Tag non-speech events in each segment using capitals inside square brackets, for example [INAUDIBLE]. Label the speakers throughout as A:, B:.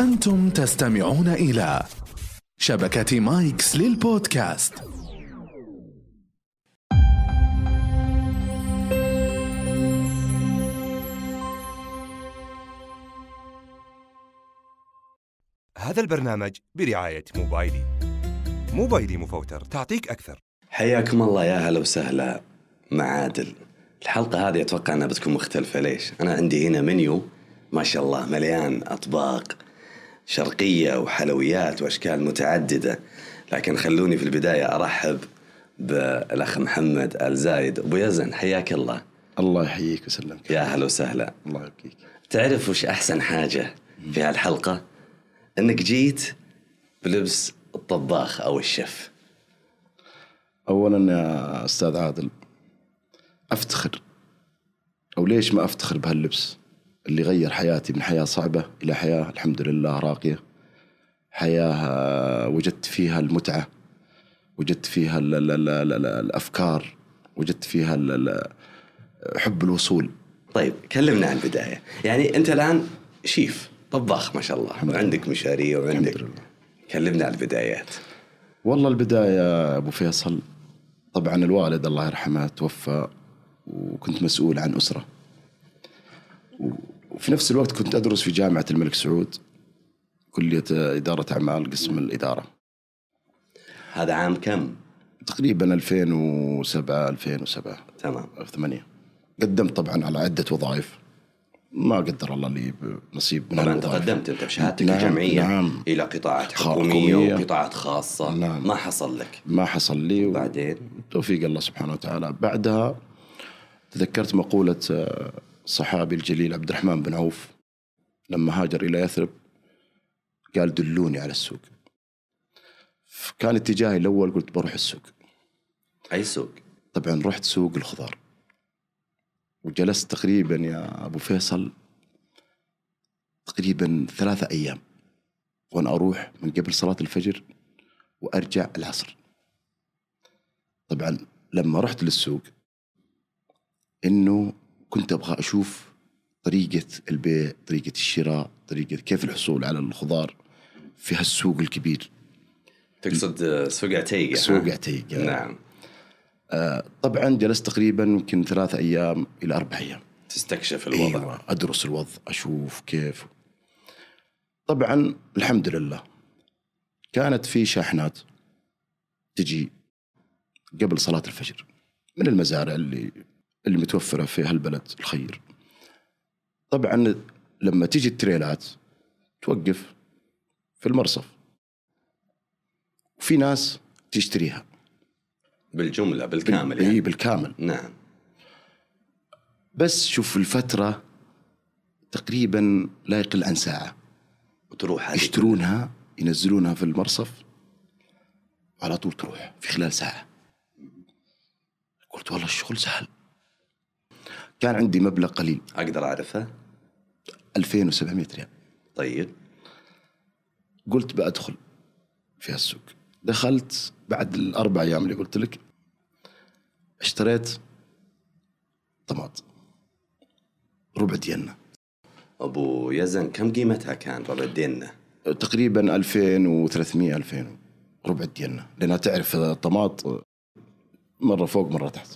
A: أنتم تستمعون إلى شبكة مايكس للبودكاست
B: هذا البرنامج برعاية موبايلي موبايلي مفوتر تعطيك أكثر
C: حياكم الله يا هلا وسهلا مع عادل الحلقة هذه أتوقع أنها بتكون مختلفة ليش؟ أنا عندي هنا منيو ما شاء الله مليان أطباق شرقية وحلويات وأشكال متعددة لكن خلوني في البداية أرحب بالأخ محمد الزايد أبو يزن حياك الله
D: الله يحييك ويسلمك
C: يا هلا وسهلا
D: الله يبقيك
C: تعرف وش أحسن حاجة في هالحلقة؟ أنك جيت بلبس الطباخ أو الشيف
D: اولا يا استاذ عادل افتخر او ليش ما افتخر بهاللبس اللي غير حياتي من حياه صعبه الى حياه الحمد لله راقيه حياه آه، وجدت فيها المتعه وجدت فيها ال ال ال ال ال الافكار وجدت فيها ال ال حب الوصول
C: طيب كلمنا عن البداية يعني أنت الآن شيف طباخ ما شاء الله وعندك مشاريع وعندك
D: لله.
C: كلمنا عن البدايات
D: والله البداية أبو فيصل طبعا الوالد الله يرحمه توفى وكنت مسؤول عن أسرة و- وفي نفس الوقت كنت أدرس في جامعة الملك سعود كلية إدارة أعمال قسم الإدارة
C: هذا عام كم
D: تقريبا 2007 2007
C: تمام
D: 2008 قدمت طبعا على عدة وظائف ما قدر الله لي نصيب من
C: طبعا انت
D: هالوظائف.
C: قدمت انت بشهادتك
D: نعم،
C: الجامعيه
D: نعم
C: الى قطاعات
D: حكومية.
C: حكوميه وقطاعات خاصه
D: نعم.
C: ما حصل لك
D: ما حصل لي و...
C: بعدين
D: توفيق الله سبحانه وتعالى بعدها تذكرت مقولة آه، صحابي الجليل عبد الرحمن بن عوف لما هاجر إلى يثرب قال دلوني على السوق كان اتجاهي الأول قلت بروح السوق
C: اي سوق
D: طبعا رحت سوق الخضار وجلست تقريبا يا أبو فيصل تقريبا ثلاثة أيام وأنا أروح من قبل صلاة الفجر وأرجع العصر طبعا لما رحت للسوق إنه كنت أبغى أشوف طريقة البيع طريقة الشراء طريقة كيف الحصول على الخضار في هالسوق الكبير
C: تقصد آه، سوق عتيقه ها؟
D: سوق عتيقة
C: نعم
D: طبعا جلست تقريبا يمكن ثلاثة أيام إلى أربع أيام
C: تستكشف الوضع
D: أيوة. ادرس الوضع اشوف كيف طبعا الحمد لله كانت في شاحنات تجي قبل صلاه الفجر من المزارع اللي اللي متوفره في هالبلد الخير طبعا لما تجي التريلات توقف في المرصف وفي ناس تشتريها
C: بالجمله
D: بال-
C: بالكامل
D: إيه،
C: يعني.
D: بالكامل
C: نعم
D: بس شوف الفتره تقريبا لا يقل عن ساعه
C: وتروح هذه
D: يشترونها ينزلونها في المرصف على طول تروح في خلال ساعة قلت والله الشغل سهل كان عندي مبلغ قليل
C: اقدر اعرفها
D: 2700 ريال
C: طيب
D: قلت بأدخل في هالسوق دخلت بعد الأربع أيام اللي قلت لك اشتريت طماط ربع دينة
C: ابو يزن كم قيمتها كان ربع ديننا
D: تقريبا 2300 2000 ربع الدينة لأنها تعرف الطماط مرة فوق مرة تحت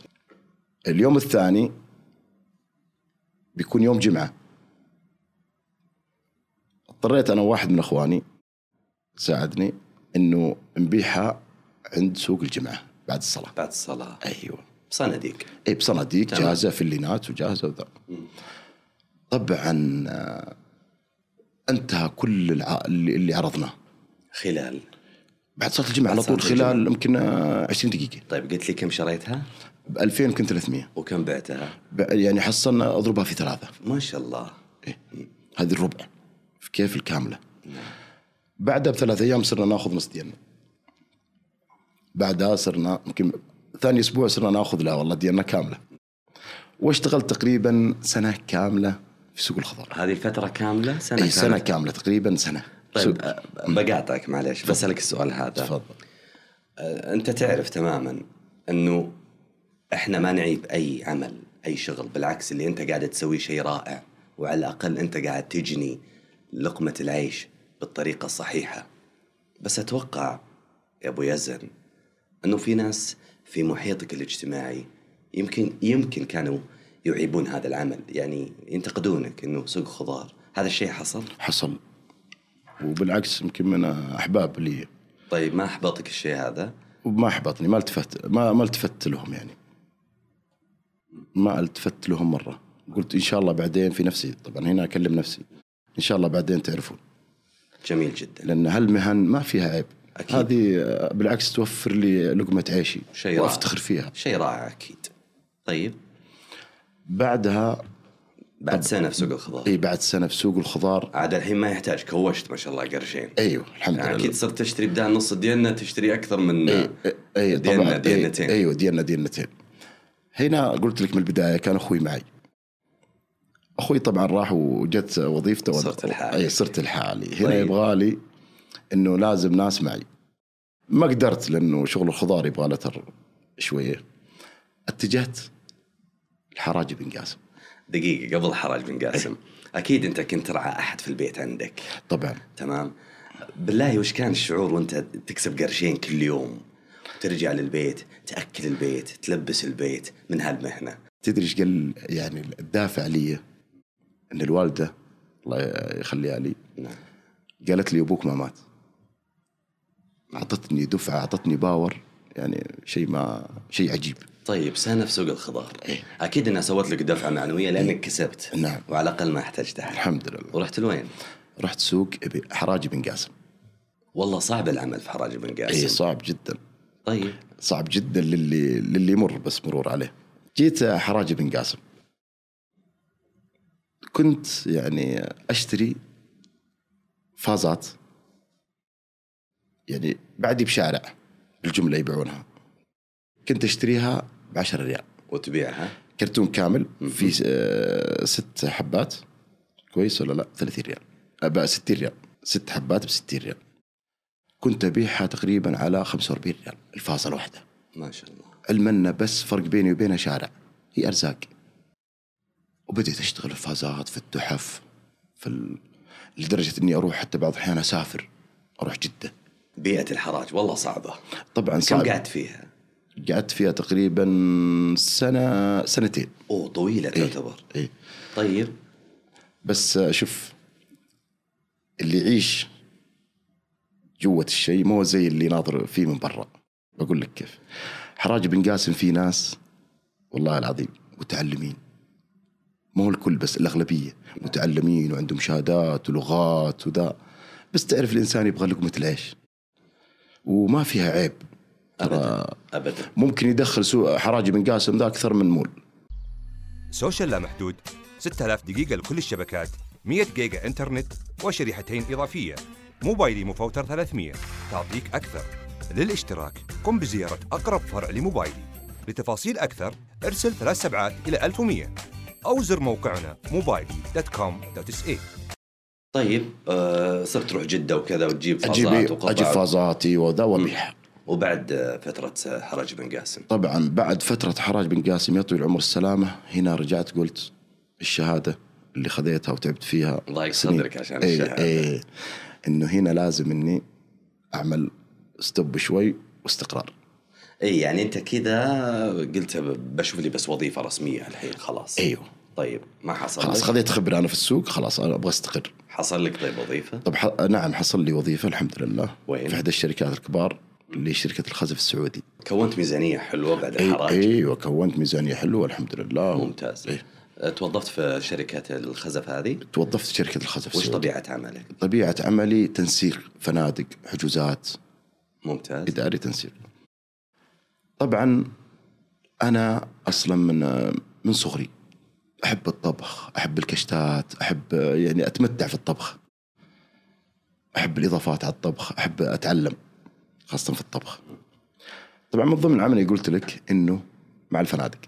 D: اليوم الثاني بيكون يوم جمعة اضطريت أنا واحد من أخواني ساعدني أنه نبيعها عند سوق الجمعة بعد الصلاة
C: بعد الصلاه
D: أيوه
C: أيوة. صناديق
D: اي بصناديق
C: تمام.
D: جاهزه في اللينات وجاهزه وذا طبعا آه، انتهى كل الع... اللي اللي عرضناه
C: خلال
D: بعد صلاه الجمعه على
C: بعد صلاة
D: طول خلال يمكن آه، 20 دقيقه
C: طيب قلت لي كم شريتها
D: ب 2000 يمكن 300
C: وكم بعتها
D: ب- يعني حصلنا اضربها في ثلاثه
C: ما شاء الله
D: هذه الربع في كيف الكامله بعدها بثلاث ايام صرنا ناخذ نص دينار بعدها صرنا يمكن ثاني اسبوع صرنا ناخذ لا والله دينار كامله واشتغلت تقريبا سنه كامله في سوق الخضار إيه،
C: هذه الفتره كامله سنه
D: اي سنه
C: كاملة.
D: كامله تقريبا سنه
C: طيب
D: سو-
C: أ- بقاطعك معلش بسألك السؤال هذا
D: تفضل
C: أ- أنت تعرف تماما أنه إحنا ما نعيب أي عمل أي شغل بالعكس اللي أنت قاعد تسويه شيء رائع وعلى الأقل أنت قاعد تجني لقمة العيش بالطريقة الصحيحة بس أتوقع يا أبو يزن أنه في ناس في محيطك الاجتماعي يمكن يمكن كانوا يعيبون هذا العمل يعني ينتقدونك أنه سوق خضار هذا الشيء حصل
D: حصل وبالعكس يمكن من احباب لي
C: طيب ما أحبطك الشيء هذا
D: وما احبطني ما التفت ما ما التفت لهم يعني ما التفت لهم مره قلت ان شاء الله بعدين في نفسي طبعا هنا اكلم نفسي ان شاء الله بعدين تعرفون
C: جميل جدا
D: لان هالمهن ما فيها عيب
C: أكيد.
D: هذه آه، بالعكس توفر لي لقمه عيشي
C: شيء رائع.
D: وافتخر فيها
C: شيء رائع أكيد طيب
D: بعدها
C: بعد سنة في سوق الخضار
D: اي بعد سنه في سوق الخضار
C: عاد الحين ما يحتاج كوشت ما شاء الله قرشين
D: ايوه الحمد لله إيه.
C: يعني اكيد صرت تشتري بدال نص الدينة تشتري اكثر من
D: اي
C: دينة-
D: طبعا
C: دينتين.
D: أي ايوه دينا دينتين هنا قلت لك من البدايه كان اخوي معي اخوي طبعا راح وجت وظيفته
C: صرت الحالي.
D: اي صرت الحالي هنا
C: طيب.
D: يبغى لي انه لازم ناس معي ما قدرت لانه شغل الخضار يبغى له تر شويه اتجهت الحراج بن قاسم
C: دقيقة قبل حراج بن
D: [LAUGHS]
C: قاسم اكيد انت كنت رعى احد في البيت عندك
D: طبعا
C: تمام بالله وش كان الشعور وانت تكسب قرشين كل يوم ترجع للبيت تاكل البيت تلبس البيت من هالمهنة
D: تدري ايش قال يعني الدافع لي ان الوالده الله يخليها لي
C: نعم
D: قالت لي ابوك ما مات اعطتني دفعه اعطتني باور يعني شيء ما شيء عجيب
C: طيب سنة في سوق الخضار اكيد انها سوت لك دفعة معنوية لانك كسبت
D: إيه. نعم.
C: وعلى الاقل ما احتجتها
D: الحمد لله
C: ورحت لوين؟
D: رحت سوق أبي- حراج بن قاسم
C: والله صعب العمل في حراج بن قاسم
D: اي إيه، صعب جدا
C: طيب
D: صعب جدا للي للي يمر بس مرور عليه جيت حراج بن قاسم كنت يعني اشتري فازات يعني بعدي بشارع الجمله يبيعونها كنت اشتريها ب 10 ريال
C: وتبيعها
D: كرتون كامل في آه، ست حبات كويس ولا لا 30 ريال أبا 60 ريال ست حبات ب 60 ريال كنت ابيعها تقريبا على 45 ريال الفازه الواحده
C: ما شاء الله
D: علما إنه بس فرق بيني وبينها شارع هي ارزاق وبديت اشتغل في فازات في التحف في ال... لدرجه اني اروح حتى بعض الاحيان اسافر اروح جده
C: بيئة الحراج والله صعبة
D: طبعا
C: كم
D: صعب
C: قعدت فيها؟
D: قعدت فيها تقريبا سنه سنتين
C: اوه طويلة
D: إيه.
C: تعتبر
D: اي
C: طيب
D: بس شوف اللي يعيش جوة الشيء مو زي اللي ناظر فيه من برا بقول لك كيف حراج بن قاسم في ناس والله العظيم متعلمين مو الكل بس الأغلبية متعلمين وعندهم شهادات ولغات وذا بس تعرف الإنسان يبغى لقمة العيش وما فيها عيب ترى
C: ابدا
D: ممكن يدخل سوق حراج بن قاسم ذا أكثر من مول
B: سوشيال لا محدود 6000 دقيقة لكل الشبكات 100 جيجا انترنت وشريحتين إضافية موبايلي مفوتر 300 تعطيك أكثر للاشتراك قم بزيارة أقرب فرع لموبايلي لتفاصيل أكثر ارسل ثلاث سبعات إلى 1100 أو زر موقعنا موبايلي دوت كوم دوت إيه. اس اي
C: طيب آه صرت تروح جدة وكذا وتجيب
D: أجيب إيه؟
C: فازات وقطع
D: أجيب فازاتي وذا وأبيعها
C: وبعد آه، فترة آه، حرج بن قاسم
D: طبعا بعد فترة حراج بن قاسم يطوي العمر السلامة هنا رجعت قلت الشهادة اللي خذيتها وتعبت فيها
C: ضايق
D: سنين.
C: صدرك عشان
D: إيه
C: الشهادة.
D: إيه انه هنا لازم اني اعمل ستوب شوي واستقرار
C: اي يعني انت كذا قلت ب- بشوف لي بس وظيفة رسمية الحين خلاص
D: ايوه
C: طيب ما حصل
D: خلاص
C: لك؟
D: خذيت خبرة انا في السوق خلاص انا ابغى استقر
C: حصل لك طيب وظيفة
D: طب ح... نعم حصل لي وظيفة الحمد لله
C: وين؟
D: في احدى الشركات الكبار اللي شركة الخزف السعودي
C: كونت ميزانية حلوة بعد
D: اي
C: الحراج
D: ايوه كونت ميزانية حلوة الحمد لله
C: ممتاز
D: إيه.
C: آه، توظفت في شركة الخزف هذه
D: توظفت في شركة الخزف
C: وش
D: السعودي
C: طبيعة عملك؟
D: طبيعة عملي تنسيق فنادق حجوزات
C: ممتاز
D: إداري تنسيق طبعا أنا أصلا من من صغري أحب الطبخ أحب الكشتات أحب يعني أتمتع في الطبخ أحب الإضافات على الطبخ أحب أتعلم خاصة في الطبخ طبعا من ضمن عملي قلت لك أنه مع الفنادق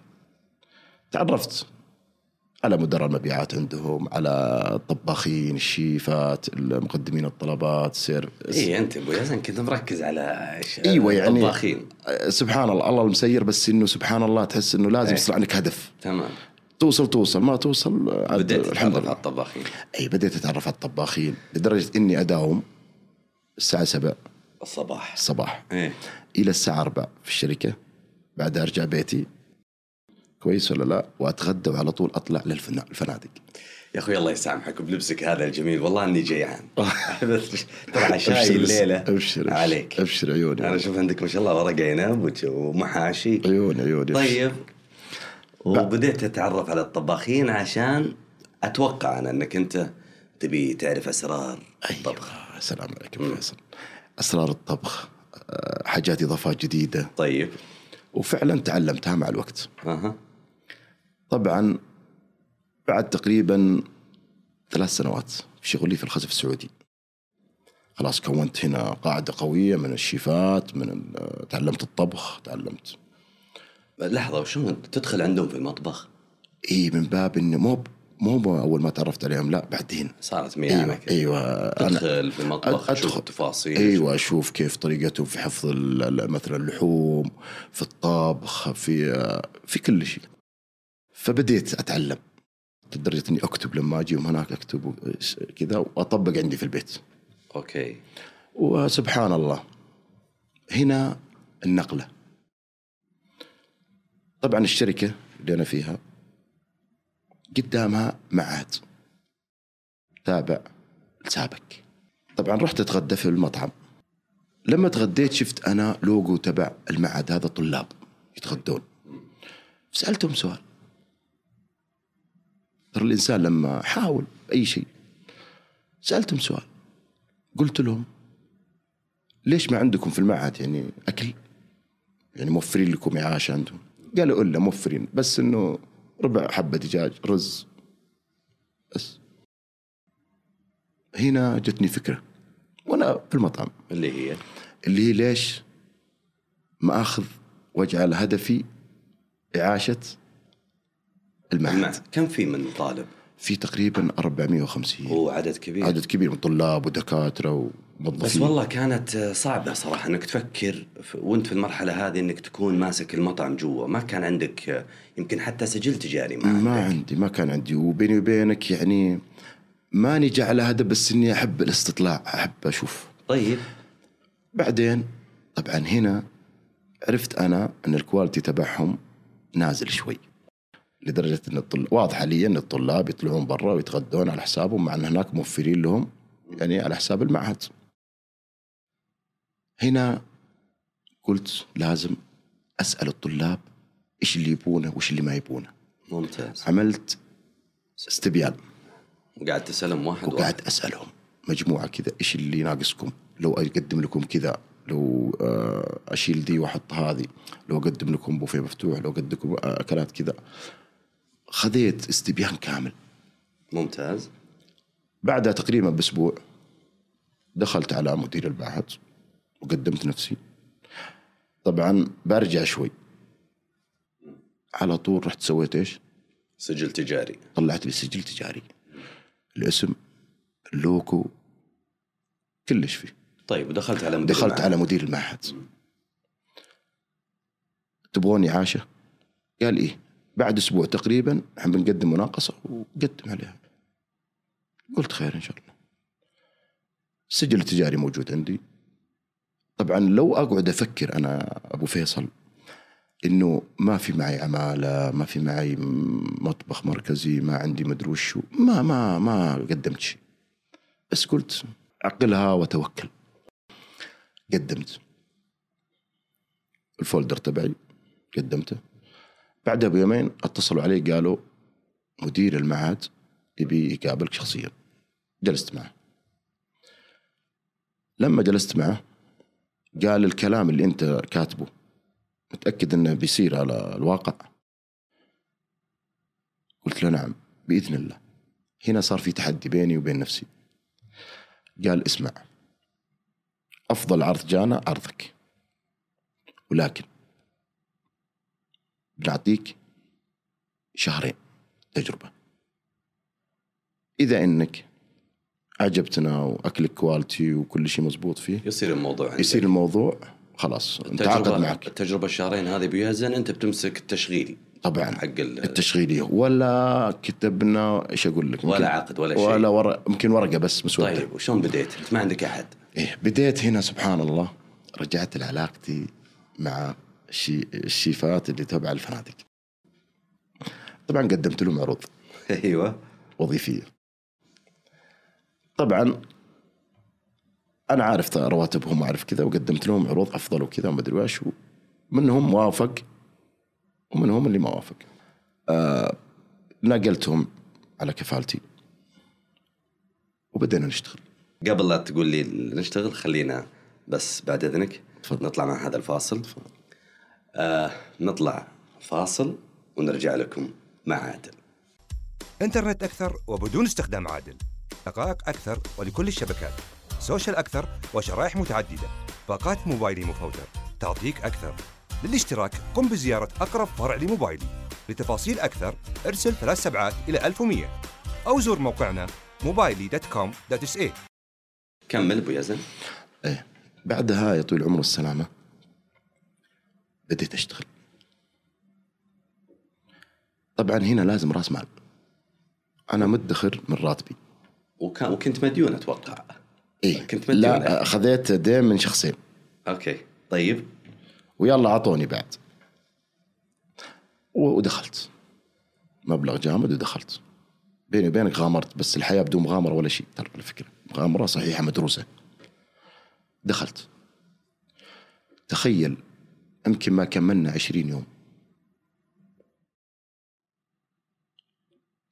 D: تعرفت على مدراء المبيعات عندهم على الطباخين الشيفات المقدمين الطلبات سير
C: اي انت ابو يزن كنت مركز على إيش؟
D: ايوه يعني
C: طباخين
D: سبحان الله الله المسير بس انه سبحان الله تحس انه لازم
C: إيه.
D: يصير عندك هدف
C: تمام
D: توصل توصل ما توصل عاد إيه،
C: بديت تتعرف على الطباخين
D: اي بديت اتعرف على الطباخين لدرجه اني اداوم الساعه 7
C: الصباح
D: الصباح
C: ايه
D: الى الساعه 4 في الشركه بعدها ارجع بيتي كويس ولا لا واتغدى وعلى طول اطلع للفنا- الفنادق
C: يا اخوي الله يسامحك بلبسك هذا الجميل والله اني
D: [LAUGHS]
C: جيعان بس ترى عشائي
D: أبشر بس-
C: الليله
D: أبشر- أبشر
C: عليك
D: ابشر عيوني
C: انا اشوف عندك ما شاء الله ورق عنب وج- ومحاشي
D: عيوني عيوني
C: طيب وبديت اتعرف على الطباخين عشان اتوقع انا انك انت تبي تعرف اسرار الطبخ
D: أيوة. سلام عليكم فيصل اسرار الطبخ آه، حاجات اضافات جديده
C: طيب
D: وفعلا تعلمتها مع الوقت
C: اها
D: طبعا بعد تقريبا ثلاث سنوات في شغلي في الخزف السعودي خلاص كونت هنا قاعدة قوية من الشيفات من ال- تعلمت الطبخ تعلمت
C: لحظه وشلون تدخل عندهم في المطبخ
D: اي من باب انه مو ب- مو ب- اول ما تعرفت عليهم لا بعدين
C: صارت
D: ايوه
C: ميامك
D: ايوه أنا-
C: يعني تدخل في المطبخ
D: أد-
C: تشوف التفاصيل
D: ايوه اشوف كيف طريقتهم في حفظ ال- ال- مثلا اللحوم في الطبخ في في كل شيء فبديت اتعلم لدرجه اني اكتب لما اجيهم هناك اكتب و- س- كذا واطبق عندي في البيت
C: اوكي
D: وسبحان الله هنا النقله طبعا الشركه اللي انا فيها قدامها معهد تابع لسابك طبعا رحت اتغدى في المطعم لما تغديت شفت انا لوجو تبع المعهد هذا طلاب يتغدون سالتهم سؤال ترى الانسان لما حاول اي شيء سالتهم سؤال قلت لهم ليش ما عندكم في المعهد يعني اكل؟ يعني موفرين لكم اعاشه انتم؟ قالوا الا موفرين بس انه ربع حبه دجاج رز بس هنا جتني فكره وانا في المطعم
C: اللي هي
D: اللي هي ليش ما اخذ واجعل هدفي اعاشه
C: المعهد.
D: المعهد
C: كم في من طالب؟
D: في تقريبا 450
C: هو عدد كبير
D: عدد كبير من طلاب ودكاتره وموظفين
C: بس والله كانت صعبة صراحة انك تفكر ف- وانت في المرحلة هذه انك تكون ماسك المطعم جوا، ما كان عندك يمكن حتى سجل تجاري ما عندك.
D: ما عندي ما كان عندي وبيني وبينك يعني ماني جاي على هذا بس اني احب الاستطلاع احب اشوف
C: طيب
D: بعدين طبعا هنا عرفت انا ان الكواليتي تبعهم نازل شوي لدرجه ان الطل... واضحه لي ان الطلاب يطلعون برا ويتغدون على حسابهم مع ان هناك موفرين لهم يعني على حساب المعهد هنا قلت لازم اسال الطلاب ايش اللي يبونه وايش اللي ما يبونه
C: ممتاز
D: عملت استبيان
C: وقاعد تسلم واحد
D: وقعدت اسالهم مجموعه كذا ايش اللي ناقصكم؟ لو اقدم لكم كذا لو آه، اشيل دي واحط هذه لو اقدم لكم بوفيه مفتوح لو اقدم لكم آه، اكلات كذا خذيت استبيان كامل
C: واحد. ممتاز
D: بعدها تقريبا باسبوع دخلت على مدير المعهد وقدمت نفسي طبعا برجع شوي على طول رحت سويت ايش؟
C: سجل تجاري
D: طلعت لي سجل تجاري الاسم اللوكو كلش فيه
C: طيب ودخلت على مدير
D: دخلت
C: المعهد.
D: على مدير المعهد تبغوني عاشه قال ايه بعد اسبوع تقريبا احنا بنقدم مناقصه وقدم عليها قلت خير ان شاء الله السجل التجاري موجود عندي طبعا لو اقعد افكر انا ابو فيصل انه ما في معي عماله ما في معي مطبخ مركزي ما عندي مدري وشو ما ما ما قدمت شيء بس قلت عقلها وتوكل قدمت الفولدر تبعي قدمته بعدها بيومين اتصلوا علي قالوا مدير المعهد يبي يقابلك شخصيا جلست معه لما جلست معه قال الكلام اللي انت كاتبه متاكد انه بيصير على الواقع قلت له نعم باذن الله هنا صار في تحدي بيني وبين نفسي قال اسمع افضل عرض جانا عرضك ولكن بنعطيك شهرين تجربه اذا انك عجبتنا واكلك كواليتي وكل شيء مزبوط فيه
C: يصير الموضوع عندك.
D: يصير الموضوع خلاص نتعاقد معك
C: التجربة الشهرين هذه بيزن انت بتمسك التشغيلي
D: طبعا
C: حق ال-
D: التشغيلي ولا كتبنا ايش اقول لك
C: ولا
D: يمكن-
C: عقد ولا شيء.
D: ولا ورق يمكن ورقه بس
C: [LAUGHS]
D: مسوده
C: طيب وشلون بديت؟ انت ما عندك احد
D: إيه بديت هنا سبحان الله رجعت لعلاقتي مع الشي- الشيفات اللي تبع الفنادق طبعا قدمت لهم عروض
C: ايوه
D: وظيفيه طبعا انا عارف رواتبهم وعارف كذا وقدمت لهم عروض افضل وكذا وما ادري ايش منهم وافق ومنهم اللي ما وافق آه نقلتهم على كفالتي وبدينا نشتغل
C: قبل لا تقول لي نشتغل خلينا بس بعد اذنك نطلع مع هذا الفاصل آه نطلع فاصل ونرجع لكم مع عادل
B: انترنت أكثر وبدون استخدام عادل دقائق أكثر ولكل الشبكات سوشيال أكثر وشرائح متعددة باقات موبايلي مفوتر تعطيك أكثر للاشتراك قم بزيارة أقرب فرع لموبايلي لتفاصيل أكثر ارسل ثلاث سبعات إلى 1100 أو زور موقعنا موبايلي دوت كوم دوت اس اي
C: كمل ابو يزن
D: ايه بعدها يا طويل العمر والسلامة بديت اشتغل طبعا هنا لازم راس مال انا مدخر من راتبي
C: وكان وكنت مديون اتوقع
D: ايه
C: كنت مديون
D: لا
C: يعني.
D: اخذت دين من شخصين
C: اوكي طيب
D: ويلا اعطوني بعد و- ودخلت مبلغ جامد ودخلت بيني وبينك غامرت بس الحياه بدون مغامره ولا شيء ترى الفكره مغامره صحيحه مدروسه دخلت تخيل يمكن ما كملنا عشرين يوم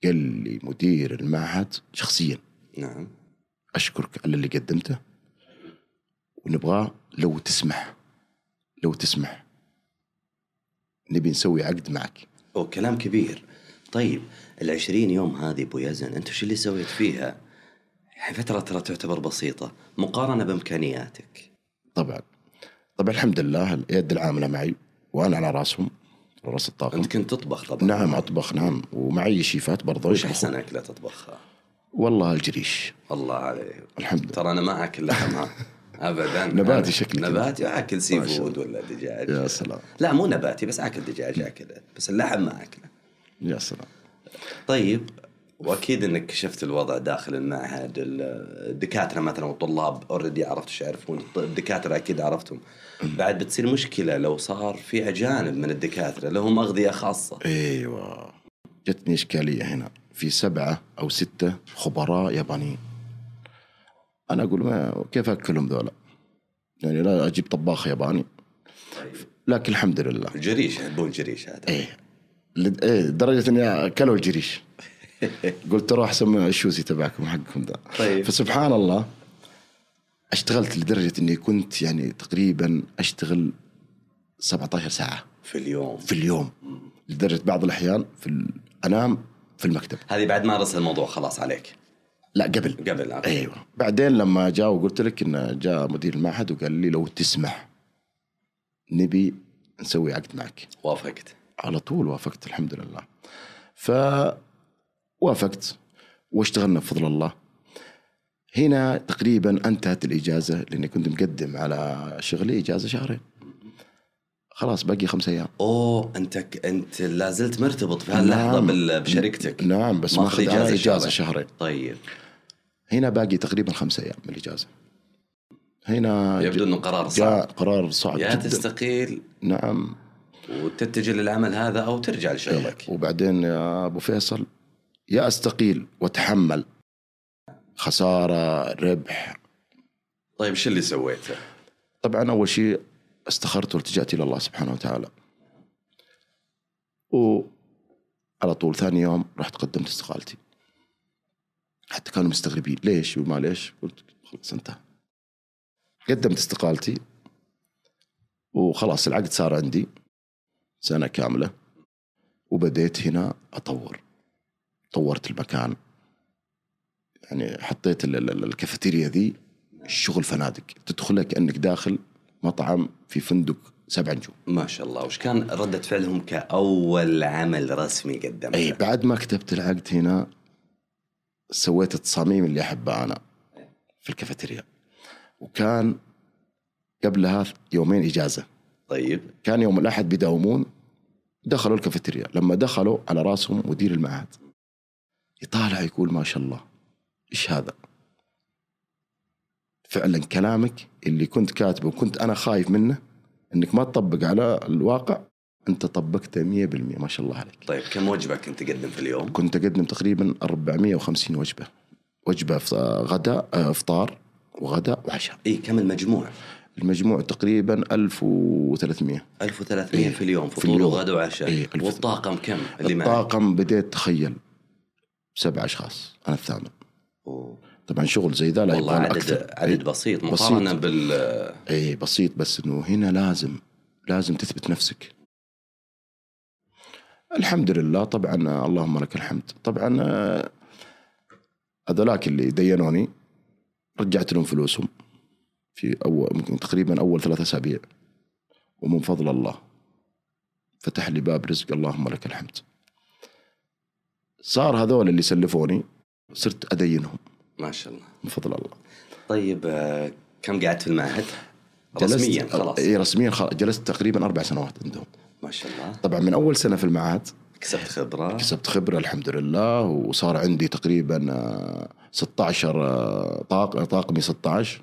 D: قال لي مدير المعهد شخصيا
C: نعم
D: اشكرك على اللي قدمته ونبغاه لو تسمح لو تسمح نبي نسوي عقد معك
C: او كلام كبير طيب ال20 يوم هذه ابو يزن انت شو اللي سويت فيها؟ يعني فترة ترى تعتبر بسيطة مقارنة بامكانياتك
D: طبعا طبعا الحمد لله اليد العامله معي وانا على راسهم على راس الطاقم
C: انت كنت تطبخ طبعا
D: نعم اطبخ نعم ومعي شيفات برضه
C: وش
D: يطبخوا.
C: احسن اكلة تطبخها؟
D: والله الجريش
C: الله عليك
D: الحمد لله.
C: ترى انا ما اكل لحم
D: [LAUGHS]
C: ها ابدا
D: نباتي شكلك.
C: نباتي اكل سي
D: ما شاء
C: فود
D: الله.
C: ولا دجاج
D: يا سلام.
C: لا مو نباتي بس اكل دجاج اكله بس اللحم ما اكله
D: يا سلام
C: طيب واكيد انك كشفت الوضع داخل المعهد ال- الدكاتره مثلا والطلاب اوريدي عرفت ايش يعرفون الط- الدكاتره اكيد عرفتهم بعد بتصير مشكله لو صار في اجانب من الدكاتره لهم اغذيه خاصه
D: ايوه جتني اشكاليه هنا في سبعه او سته خبراء يابانيين انا اقول ما كيف اكلهم ذولا؟ يعني لا اجيب طباخ ياباني لكن الحمد لله
C: الجريش يحبون جريش هذا
D: ايه لد- ايه لدرجه اني اكلوا الجريش قلت روح سمي الشوزي تبعكم حقكم ذا
C: طيب.
D: فسبحان الله اشتغلت لدرجه اني كنت يعني تقريبا اشتغل 17 ساعه
C: في اليوم
D: في اليوم لدرجه بعض الاحيان في ال- انام في المكتب
C: هذه بعد ما رسل الموضوع خلاص عليك
D: لا قبل
C: قبل عفوا.
D: ايوه بعدين لما جاء وقلت لك انه جاء مدير المعهد وقال لي لو تسمح نبي نسوي عقد معك
C: وافقت
D: على طول وافقت الحمد لله ف وافقت واشتغلنا بفضل الله هنا تقريبا انتهت الاجازه لاني كنت مقدم على شغلي اجازه شهرين خلاص باقي خمس ايام
C: اوه انت ك... انت لا زلت مرتبط في هاللحظه
D: نعم.
C: بال... بشركتك
D: نعم، بس ماخذ على إجازة شهرين.
C: طيب
D: هنا باقي تقريبا خمسة ايام من الاجازه هنا
C: يبدو انه قرار
D: جاء
C: صعب
D: قرار صعب
C: يا
D: جدا
C: تستقيل
D: نعم
C: وتتجه للعمل هذا او ترجع
D: إيه.
C: لشغلك
D: وبعدين يا ابو فيصل يا استقيل واتحمل خساره ربح
C: طيب شو اللي سويته؟
D: طبعا اول شيء استخرت والتجأت الى الله سبحانه وتعالى. وعلى طول ثاني يوم رحت قدمت استقالتي. حتى كانوا مستغربين ليش وما ليش؟ قلت خلاص انتهى. قدمت استقالتي وخلاص العقد صار عندي سنه كامله وبديت هنا اطور. طورت المكان يعني حطيت ال- ال- ال- الكافيتيريا ذي شغل فنادق تدخلها كانك داخل مطعم في فندق سبع نجوم
C: ما شاء الله وش كان ردة فعلهم كأول عمل رسمي قدمته؟
D: اي بعد ما كتبت العقد هنا سويت التصاميم اللي احبها انا في الكافيتيريا وكان قبلها يومين اجازه
C: طيب
D: كان يوم الاحد بيداومون دخلوا الكافيتيريا لما دخلوا على راسهم مدير المعهد يطالع يقول ما شاء الله ايش هذا فعلا كلامك اللي كنت كاتبه وكنت انا خايف منه انك ما تطبق على الواقع انت طبقته 100% ما شاء الله عليك
C: طيب كم وجبه كنت تقدم في اليوم؟
D: كنت اقدم تقريبا 450 وجبه وجبه ف- غداء آه، افطار وغداء وعشاء
C: اي إيه، كم المجموع؟
D: المجموع تقريبا 1300
C: 1300
D: إيه.
C: في اليوم
D: في
C: فطور
D: اليوم.
C: وغدا وعشاء
D: إيه، ألف-
C: والطاقم كم اللي معك؟
D: الطاقم بديت تخيل سبع اشخاص انا الثامن
C: أوه.
D: طبعا شغل زي ذا لا إيه.
C: والله
D: يبغى له
C: عدد
D: اكثر
C: عدد بسيط مقارنه بال
D: اي إيه، بسيط بس انه هنا لازم لازم تثبت نفسك الحمد لله طبعا آه، اللهم لك الحمد طبعا آه، هذولاك اللي دينوني رجعت لهم فلوسهم في اول يمكن تقريبا اول ثلاثة اسابيع ومن فضل الله فتح لي باب رزق اللهم لك الحمد صار هذول اللي سلفوني صرت ادينهم
C: ما شاء الله
D: من فضل الله
C: طيب آه، كم قعدت في المعهد؟
D: جلست- إيه.
C: رسميا خلاص
D: اي رسميا خلاص جلست تقريبا اربع سنوات عندهم
C: ما شاء الله
D: طبعا من اول سنه في المعهد
C: كسبت خبره
D: طيب. كسبت خبره الحمد لله وصار عندي تقريبا آه، 16 آه، طاق طاقمي 16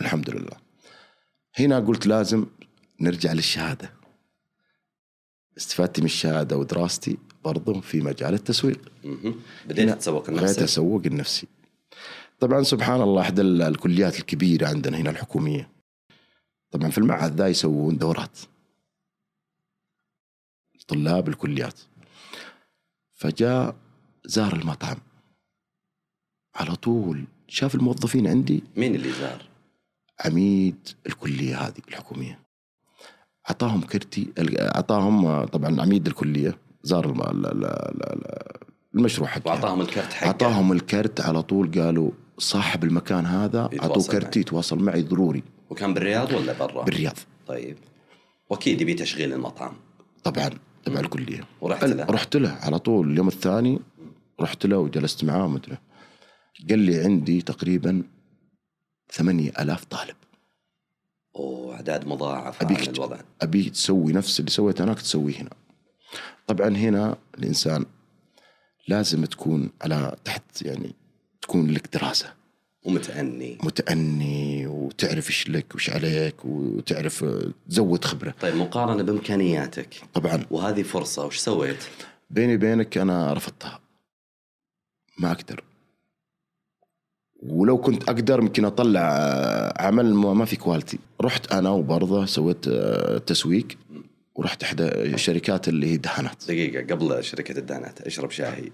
D: الحمد لله هنا قلت لازم نرجع للشهاده استفادتي من الشهاده ودراستي برضو في مجال التسويق
C: مهم. بديت
D: هنا
C: تتسوق
D: غير
C: لنفسك
D: التسوق النفسي طبعا سبحان الله احدى ال- الكليات الكبيره عندنا هنا الحكوميه طبعا في المعهد ذا يسوون دورات طلاب الكليات فجاء زار المطعم على طول شاف الموظفين عندي
C: مين اللي زار؟
D: عميد الكليه هذه الحكوميه اعطاهم كرتي اعطاهم آه، طبعا عميد الكليه زار الم- ال- ال- ال- ال- المشروع حقه
C: واعطاهم الكرت حقه
D: اعطاهم الكرت على طول قالوا صاحب المكان هذا
C: يتواصل
D: اعطوه كرتي
C: معك.
D: يتواصل معي ضروري
C: وكان بالرياض ولا برا؟
D: بالرياض
C: طيب واكيد يبي تشغيل المطعم
D: طبعا تبع الكليه
C: ورحت
D: قال-
C: له
D: رحت له على طول اليوم الثاني رحت له وجلست معاه ومدري قال لي عندي تقريبا 8000 طالب
C: اوه اعداد مضاعفه
D: أبيك
C: عن
D: ت-
C: الوضع
D: ابي تسوي نفس اللي سويته هناك تسويه هنا طبعا هنا الانسان لازم تكون على تحت يعني تكون لك دراسه
C: ومتأني
D: متأني وتعرف ايش لك وش عليك وتعرف آه، تزود خبره
C: طيب مقارنه بامكانياتك
D: طبعا
C: وهذه فرصه وش سويت؟
D: بيني بينك انا رفضتها ما اقدر ولو كنت اقدر يمكن اطلع آه، عمل ما ما في كواليتي رحت انا وبرضه سويت آه، تسويق ورحت احدى الشركات اللي هي دهانات
C: دقيقه قبل شركه الدانات اشرب شاهي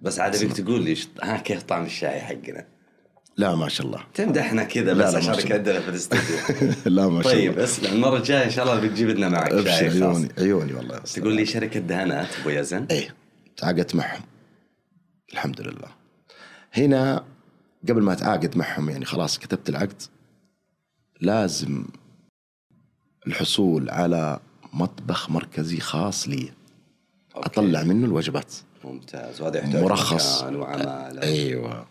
C: بس عاد ابيك تقول لي ش- ها كيف طعم الشاي حقنا
D: لا ما شاء الله [LAUGHS]
C: تمدحنا كذا
D: لا،
C: بس
D: لا، ما شاء
C: عشانك
D: الله.
C: عندنا في الاستديو
D: لا [LAUGHS] ما شاء
C: طيب
D: الله
C: اسمع المره الجايه ان شاء الله بتجيب لنا معك
D: ابشر
C: شاي خاص
D: عيوني عيوني والله يا أستاذ.
C: تقول لي شركه دهانات ابو يزن
D: ايه تعاقدت معهم الحمد لله هنا قبل ما اتعاقد معهم يعني خلاص كتبت العقد لازم الحصول على مطبخ مركزي خاص لي
C: أوكي.
D: اطلع منه الوجبات
C: ممتاز وهذا يحتاج
D: مرخص
C: مكان وعماله
D: ايوه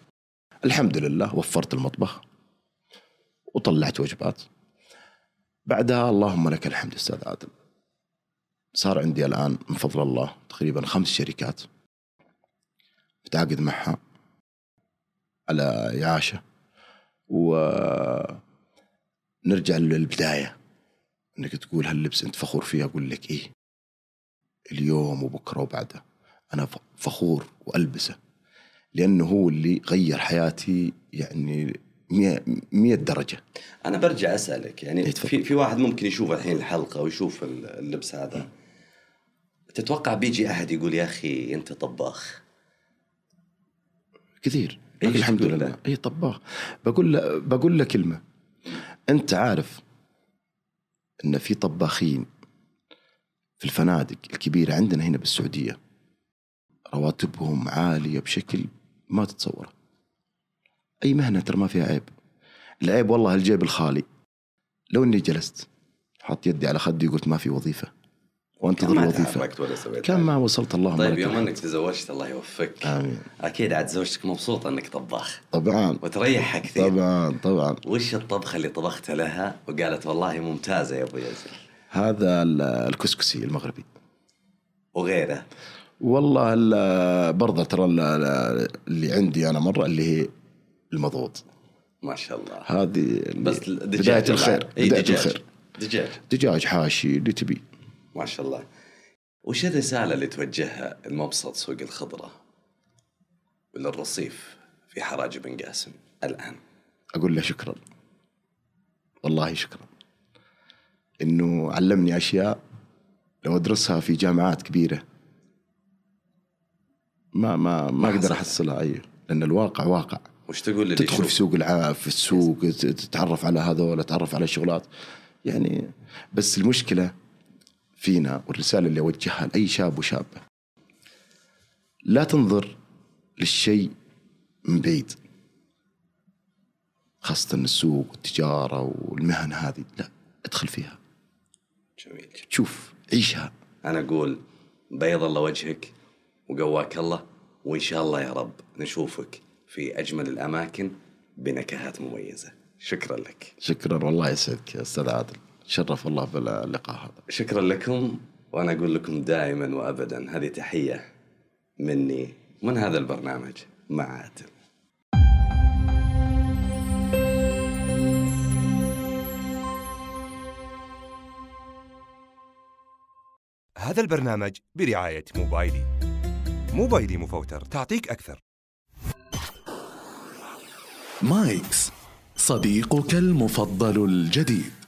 D: الحمد لله وفرت المطبخ وطلعت وجبات بعدها اللهم لك الحمد استاذ عادل صار عندي الان من فضل الله تقريبا خمس شركات متعاقد معها على اعاشه ونرجع للبدايه انك تقول هاللبس انت فخور فيه اقول لك ايه اليوم وبكره وبعده انا ف- فخور والبسه لانه هو اللي غير حياتي يعني 100 100 درجه
C: انا برجع اسالك يعني
D: إيه، تفضل.
C: في في واحد ممكن يشوف الحين الحلقه ويشوف ال- اللبس هذا تتوقع بيجي احد يقول يا اخي انت طباخ
D: كثير
C: إيش
D: لكن الحمد
C: تقول
D: لله
C: له؟
D: اي طباخ بقول له بقول له كلمه انت عارف ان في طباخين في الفنادق الكبيره عندنا هنا بالسعوديه رواتبهم عاليه بشكل ما تتصوره اي مهنه ترى ما فيها عيب العيب والله الجيب الخالي لو اني جلست حط يدي على خدي وقلت ما في وظيفه وانتظر
C: ما
D: وظيفه
C: تعبت ولا سويت
D: كم
C: حاجة.
D: ما وصلت اللهم
C: طيب
D: لك
C: يوم
D: الحمد.
C: انك تزوجت الله يوفقك
D: امين
C: اكيد عاد زوجتك مبسوطه انك طباخ
D: طبعا
C: وتريحها كثير
D: طبعا طبعا
C: وش الطبخه اللي طبختها لها وقالت والله ممتازه يا ابو يزن
D: هذا ال- الكسكسي المغربي
C: وغيره
D: والله ال- برضه ترى ال- ال- اللي عندي انا مره اللي هي المضغوط
C: ما شاء الله
D: هذه
C: بس
D: يعني
C: الدجاج
D: بدايه
C: بعد.
D: الخير
C: إي
D: بدايه
C: دجاج.
D: الخير
C: دجاج
D: دجاج حاشي اللي تبي
C: ما شاء الله وش الرساله اللي توجهها المبسط سوق الخضره للرصيف في حراج بن قاسم الان
D: اقول له شكرا والله شكرا انه علمني اشياء لو ادرسها في جامعات كبيره ما ما ما اقدر
C: حصلها.
D: احصلها ايوه لان الواقع واقع
C: وش تقول للي
D: تدخل في
C: يشوف؟
D: سوق العاب في السوق ت- تتعرف على هذا ولا تتعرف على شغلات يعني بس المشكله فينا والرساله اللي اوجهها لاي شاب وشابه لا تنظر للشيء من بعيد خاصه السوق والتجاره والمهن هذه لا ادخل فيها
C: جميل جدا.
D: شوف عيشها
C: انا اقول بيض الله وجهك وقواك الله وان شاء الله يا رب نشوفك في اجمل الاماكن بنكهات مميزه شكرا لك
D: شكرا والله يسعدك يا استاذ عادل شرف والله باللقاء هذا
C: شكرا لكم وانا اقول لكم دائما وابدا هذه تحيه مني من هذا البرنامج مع عادل
B: هذا البرنامج برعاية موبايلي موبايلي مفوتر تعطيك أكثر
A: مايكس صديقك المفضل الجديد